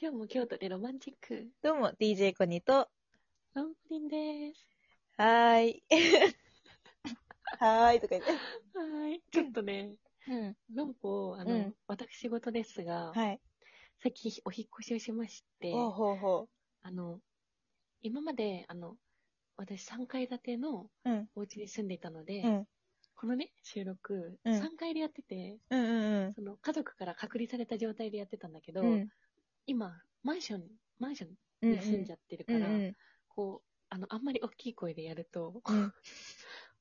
今日も京都でロマンチック。どうも、DJ コニーと、ロンプリンです。はーい。 はーい、とか言って。はーい。ちょっとね、うん。論法、あの、うん私事ですが、はい。最近お引っ越しをしまして、ほうほうほあの、今まで、あの、私3階建てのう。うん。お家に住んでいたので、うん。このね、収録、うん3階でやってて、うんうんその家族から隔離された状態でやってたんだけど、うん。うん。今、マンション、マンションうんに住んじゃってるうから、んうん。こう、あの、あんまり大きい声でやると、うん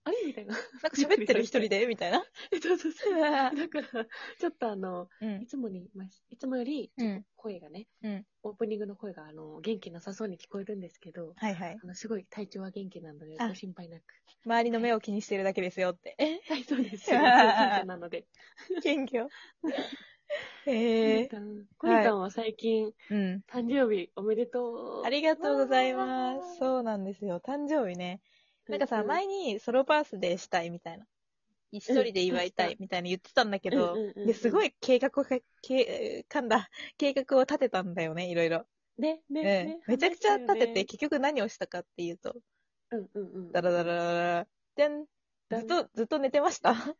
あれみたいな。なんか喋ってる一人でみたいな。えそうそうそう。だから、ちょっとあの、うんい。つもに、まあいつもよりうん。声がね、うんオープニングの声があの元気なさそうに聞こえるんですけど、はいはい。あのすごい体調は元気なので、あご心配なく。周りの目を気にしてるだけですよって。 えはい、そうです。あ謙ー虚なので。謙 虚。コへニえタン、コニタンは最近、うん。誕生日おめでとう。ありがとうございます。そうなんですよ。誕生日ね。なんかさ、前にソロパースでしたいみたいな。一人で祝いたいみたいな言ってたんだけけど、ですごい。い計画をかけ、噛んだ、 計画を立てたんだよね、いろいろ。ね、ね、ねうん。めちゃくちゃ立てて、、話し結局何をしたかっていうと、たよねうんうんうん。ダラダラダラダラ、でん、ずっと、ずっと寝てました。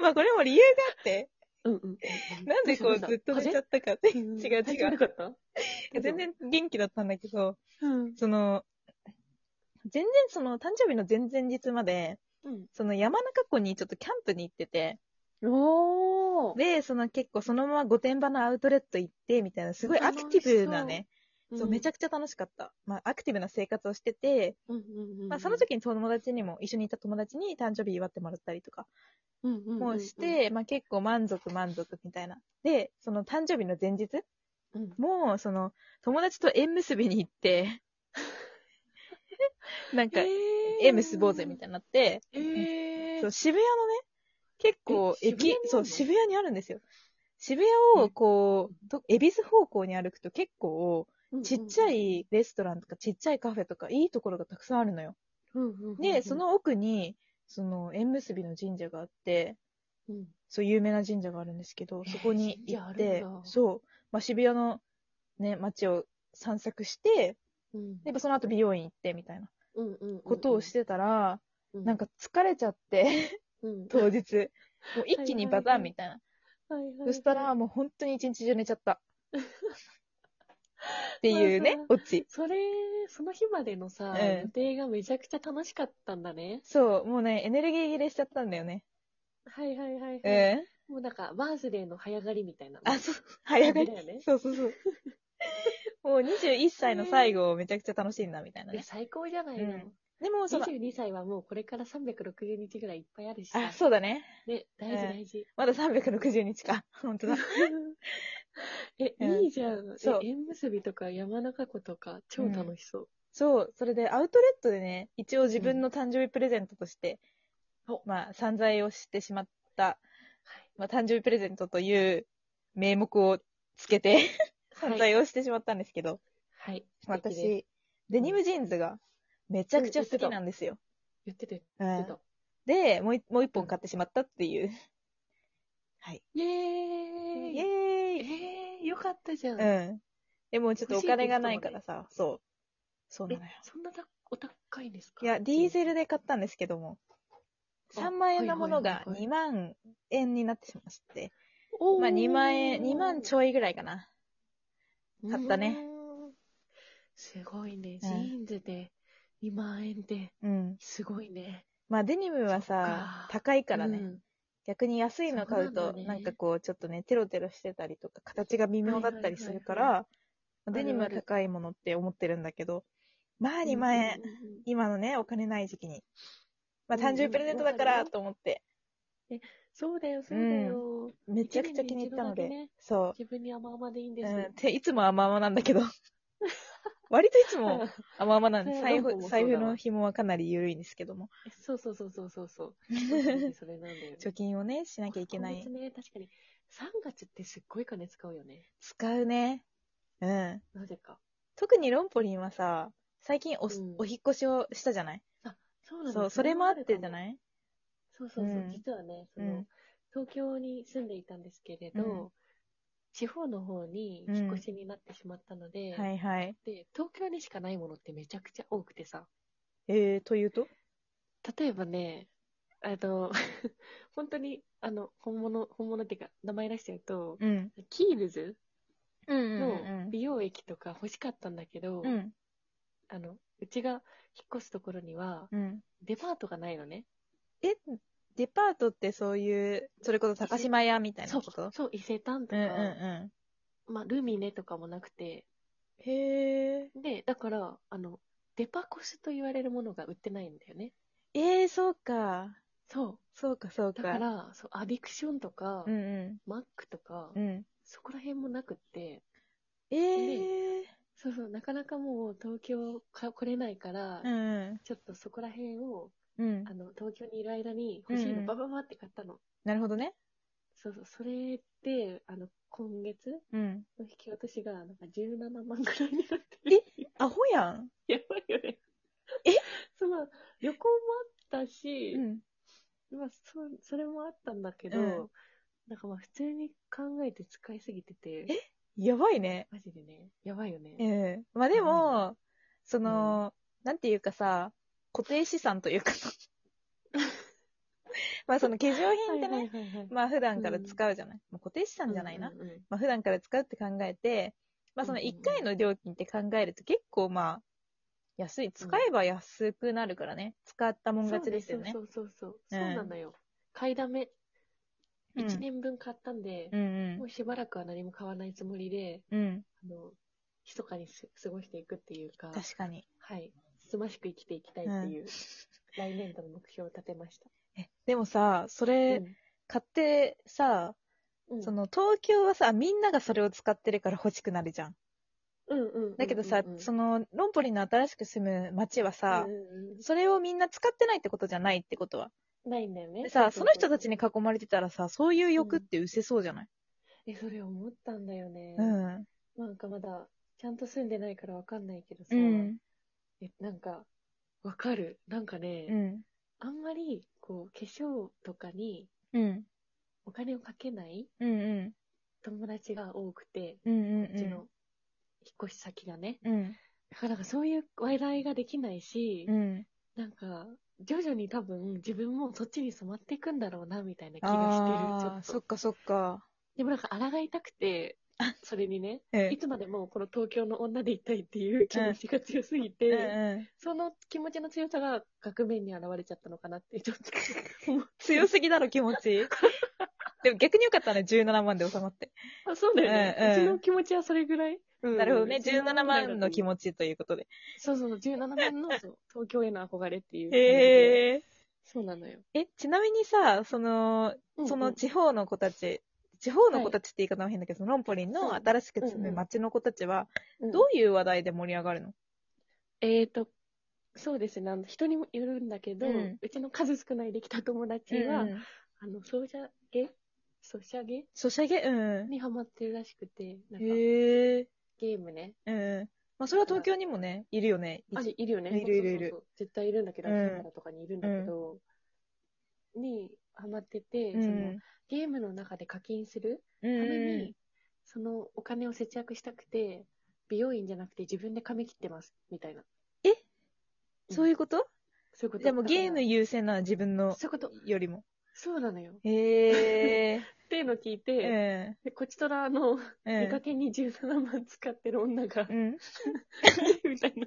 まあこれも理由があって、うんうんうんうん。なんでこうどずっとうし寝ちたゃったかって、風邪違う体調違悪う。かった 全然元気だったんだけど、うん。その、全然その誕生日の前々日まで、うん。その山中湖にちょっとキャンプに行ってて、おー。で、その結構そのまま御殿場のアウトレット行って、みたいな、すごいアクティブなね、そうめちゃゃ、くちゃ楽しかった。まあ、アクティブな生活をしてて、うんうんうんまあ、その、時に友達にも、一緒にいた友達に誕生日祝ってもらったりとかうんうんうんうんもうして、、まあ、結構満足満足みたいな。で、その誕生日の前日うんも、その、友達と縁結びに 行って、なんか、縁結ぼうぜみたいになって、いな。えーそう渋谷のね、結構え渋谷に駅ある、のそう、渋谷にあるんですよ。渋谷をこう、と恵比寿方向に歩くと結構、ちっちゃ、いレストランとかちっちゃいカフェとかいいところがたくさんあるのよ。うんうんうんうんで、そ、の奥に、その縁結びの神社があって、うんそう有名な神社があるんですけど、えーそこに行っ神て社あるん、だそう、まあ、渋谷のね、街を散策して、うんやっぱその後美容院行ってみたいなうんうんうんことをし、てたら、うなん、か疲れちゃ って、うん当日。もう一気にバタはいはいはンいみたいな。はいはいはいそしたらもう本当に一日中寝ちゃった。 っていうねまあ、オチ。それ、その日までのさ、うん予定がめちゃくちゃ楽しかったんだね。そう、もうね、エネルギー切れしちゃったんだよね。はいはいはい、うはいん。もうなんか、バースデーの早刈りみたいな。あ、そう、早がりだ。よね。そうそうそう。 もう21歳の最後をめちゃくちゃ楽しんだみたいないや、ね。最高じゃないの。うんでも、その、 22歳はもうこれから360日ぐらいいっぱいあるしさ。あ、そうだね。ね、大事うん大事。まだ360日か。 本当だ。 え、うんいいじゃん。そうえ縁結びとか山中湖とか、超楽しそう。そう、それでアウトレットでね、一応自分の誕生日プレゼントとして、うんおまあ、散財をしてしまった、まあ、誕生日プレゼントという名目をつけて、は散い。財をしてしまったんですけど、はい。素敵です私、デニムジーンズがめちゃくちゃ好きなんですよ。言ってて、う言っんてた。で、もういもう一本買ってしまったっていう。はい。イェイーイエーイえー、よかったじゃん。え、うん。でもちょっとお金がないからさ、そう。そうなのよ。そんなたお高いんですかいや、ディーゼルで買ったんですけども、あ3万円のものはがいはいはいはい2万円になってしまって、おーまあ2万円、2万ちょいぐらいかな。買ったね。うーんすごいね。うジんーンズで2万円って、うん。すごいね。まあデニムはそさっか、高いからね。うん逆に安いの買うそうなと、んだねなんかこう、ちょっとね、テロテロしてたりとか、形が微妙だったりするかはいら、いデニムは高いものって思ってるんだけど、まあ2万円、うんうんうん今のね、お金ない時期に。まあうんうん誕生日プレゼントだわかからるよと思って、そうだよ、そうだよ。めちゃくちゃ気に入ったの一年に一度だけねで、そ自分に甘々でいいんう。でうすんよ。、ていつも甘々なんだけど。割といつも甘々なんで、ね財ロンポ布、もそうだ財布の紐はかなり緩いんですけども、えそうそうそうそうそう そう。そうなんだよそれなんだよね。貯金をね、しなきゃいけな今い月。ね、確かに。3月ってすっごい金使うよね。使うね。うん。なぜか。特にロンポリンはさ、最近お,、うんお引っ越しをしたじゃないそうなんだそう、それもあってじゃいないそうそうそう。うん実はね、そうんの、東京に住んでいたんですけれど、うん地方の方に引っ越しになってしまったので、はいはい。で、東京にしかないものってめちゃくちゃ多くてさ、えー、というと例えばね、えっと、 本当に、あの、本物、本物っていうか、名前出しちゃうと、うん。キールズうんの美容液とか欲しかったんだけど、うん。あの、うちが引っ越すところには、うん。デパートがないのね。え、デパートってそういう、それこそ高島屋みたいなそうことう、そう、伊勢丹とか、んうんうまあ、ルミネとかもなくて、ん。へえ。で、だから、あの、デパコスと言われるものが売ってないんだよね。えー、そうか。そそうか、そうう。だか。から、そう、アディクションとか、うんうマックとか、ん。うん。そこら辺もなくって、えー。そうそう、なかなかもう東京か来れないから、うんうん。ちょっとそこら辺を、うんあ。の、東京にいる間に欲しいうんうのんバババって買ったの。なるほどね。そうそう、それで、あの、今月うん。の引き落としが、なんか17万くらいになってえる。アホやん。 やばいよね。え その、旅行もあったし、うん。まあ、そ、それもあったんだけど、うんなんかまあ、普通に考えて使いすぎてて、やばいね。マジでね、やばいよね。うん。まあでやも、その、なんていうかさ、固定資産 というか、まあその化粧品ってね、はいはいはい。まあ普段から使うじゃない。まあ固定資産じゃないな。うんうんうんまあ普段から使うって考えて、まあそのうんうんうん1回の料金って考えると結構まあ、安い。使えば安くなるからね。使ったもん勝ちですよねそ。うそうそうそう。うんそうなのよ。買いだめ、うん1年分買ったんでう、んもうしばらくは何も買わないつもりで、うん。うん。あの、密かにす過ごしていくっていうか、確かに。はい。つつましく生きていきたいっていう、 来年度の目標を立てました。え、でもさ、それ買ってさ、うんそ、の東京はさ、みんながそれを使ってるから欲しくなるじゃん。うんうんうんうんうんだけどさ、その、ロンポリンの新しく住む町はさうん、うんそれをみんな使ってないってことじゃないってことは。うんないんだよね。でさ、その人たちに。に囲まれてたらさ、そういう欲って失せそうじゃないえ、それ思ったんだよね。うん。なんかまだ、ちゃんと住んでないからわかんないけどさ、うん。え、なんか、わかる。なんかね、うん。あんまり、こう、化粧とかにうん。お金をかけないうんうん。友達が多くて、うんうんうちの引っ越し先がね。うん。だからなんかそういう話題ができないし、うん。なんか、徐々に多分自分もそっちに染まっていくんだろうな、みたいな気がしてる。ちょああ、っそとっ。かそっか。でもなんか抗いたくて、それにね、うん。いつまでもこの東京の女でいたいっていう気持ちが強すぎて、うんその気持ちの強さが額面に現れちゃったのかなって、ちょっと。 強すぎだろ、気持ち。 でも逆によかったね、17万で収まって。あそうだよね、ううんうんちの気持ちはそれぐらい。なるほどね、17万の気持ち。持ちということで。そうそう、17万のそう東京への憧れっていう。え。へえ。そうなのよ。え、ちなみにさ、その、その地方の子たち、地方の子たちって言い方も変だけど、そのロンポリンの新しく住む町の子たちは、うん、どういう話題で盛り上がるのえっ、と、そうですね、あの人にもよるんだけど、ううんちの数少ないできた友達は、うんうんあの、ソシャゲソシャゲソシャゲうん。にハマってるらしくて、なんか、へえ。ゲームね。うん。まあ、それは東京にもね、いるよね。あれ、いるよね。いるいるそいるうそうそう絶対いるんだけど、うん秋葉原とかにいるんだけど、にハマってて、うんその、ゲームの中で課金するうんためうにん、そのお金を節約したくて、美容院じゃなくて自分で髪切ってます、みたいな。えそういううことそういうこと。でもゲーだムか優先なの自分らのそういうこと。よりも。そうなのよ。へえ。っていうのを聞いて、 うん。でこちとらのう見かん。けに17万使ってる女がう、ん。 みたいな。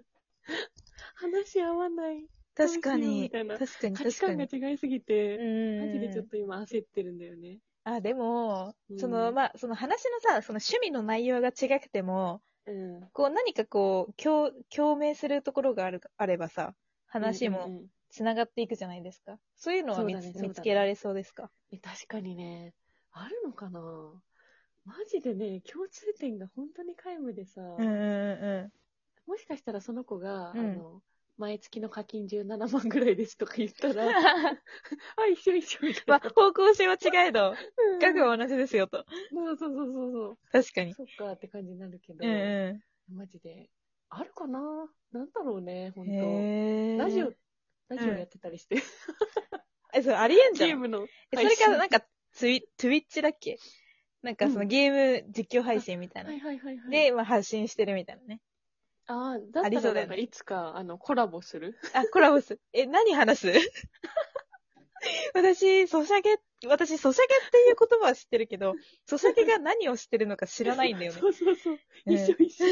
話合わない。確かに。どうしようみたいな確かに、価値確か観に。が違いすぎうんて、うんうマジでちょっん。と今焦ってるんだよね。あ、でも、うんその、まあ、その話のさ、その趣味の内容が違くても、うん。こう何かこう、共、共鳴するところがある、あればさ、話うんもうんうんつながっていくじゃないですか。そういうのは見そうだねつそうだね見つけられそうですかえ確かにね、あるのかなマジでね、共通点が本当に皆無でさ、うんうんうもしかしたらその子が、うんあの、毎月の課金17万ぐらいですとか言ったんら、あ、一緒一緒みたい まあ、な。方向性は違えど、うん額は同じですよと。そうそうそうそうそう。確かに。そっかって感じになるけど、うんうマジで、あるかななんだろうね、ん。本へ当ーラジオ、ラジオやってたりして、 え、それありえんじゲゃーん。ムのえそ配れ信。からなんか、ツイ、トゥイッチだっけなんかそのうんゲーム実況配信みたいなは。いはいはいはい。、で、まあ発信してるみたいなね。ああ、だあっりたそらうだなよんかねいつか、あの、コラボする。あ、コラボす。え、何話す 私、ソシャゲ、私、ソシャゲっていう言葉は知ってるけど、ソシャゲが何を知ってるのか知らないんだよね。そうそうそう。うん一緒一緒。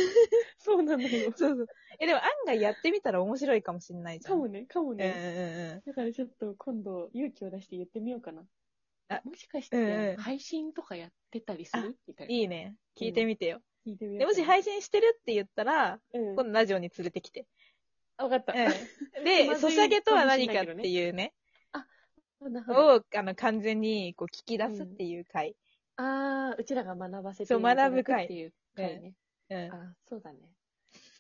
そうなのよ。 そうそう。え、でも案外やってみたら面白いかもしれないじゃん。かもね、かもうんうんね。だからちょっと今度勇気を出して言ってみようかな。あもしかしうんうんて配信とかやってたりすあるみたういん。な。いいね。聞いてみてよ。聞いてみよでうもかな。し配信してるって言ったら、うん今度ラジオに連れてきて。あわかった。う気ん。 まずで、いソシャゲとは何かっていうね、そうだそうだを、あの、完全にこう聞き出すっていう回。ああ、うちらが学ばせてそういただ学ぶく会っていう回ね。うんあ。あ、そうだね。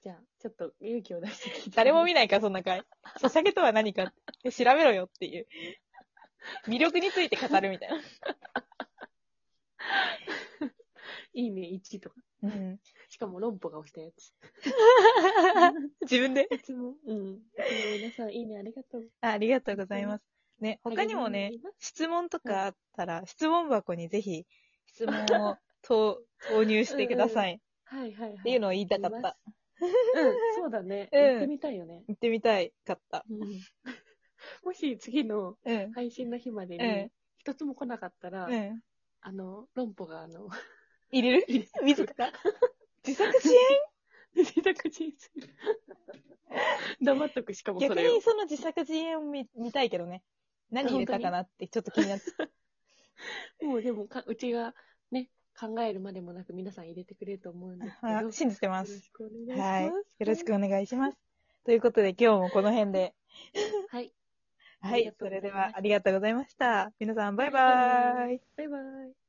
じゃあ、ちょっと勇気を出して聞いて。誰も見なないから、そんな回。ソシャゲとは何かって調べろよっていう。魅力について語るみたいい。いいね、1とか。な。うん。しかも論破が押したや つ。自分で。いつも、うん。いつも皆さん、いいね、ありがとう。ありがとうございます。ね、他にも励ねみになります、質問とかあったら、質問箱にぜひ、質問を投投入してください。はいはいはい。っっていうのを言いたか った。。うん、そうだね。うんやってみたいよね。行ってみたいかった。 うん。もし次のうん。配信の日までうんに、一つも来なかったら、うん。あの、論破が、あの、入れる入れ自 ら 自作支自宅人 生。黙っとく、しかも援そ 逆れをに。その自作自演を見見たいけどね。何入れたかなってちょっと気にな って。もうでもか、うちがね、考えるまでもなく皆さん入れてくれると思うんですけど。あよろし信じてくおま願す。いします。はい。よろしく。お願いします。ということで今日もこの辺で。はい。はありがい。とそうござれいましたではありがとうございました。皆さんバイババイバイ。バイバイ。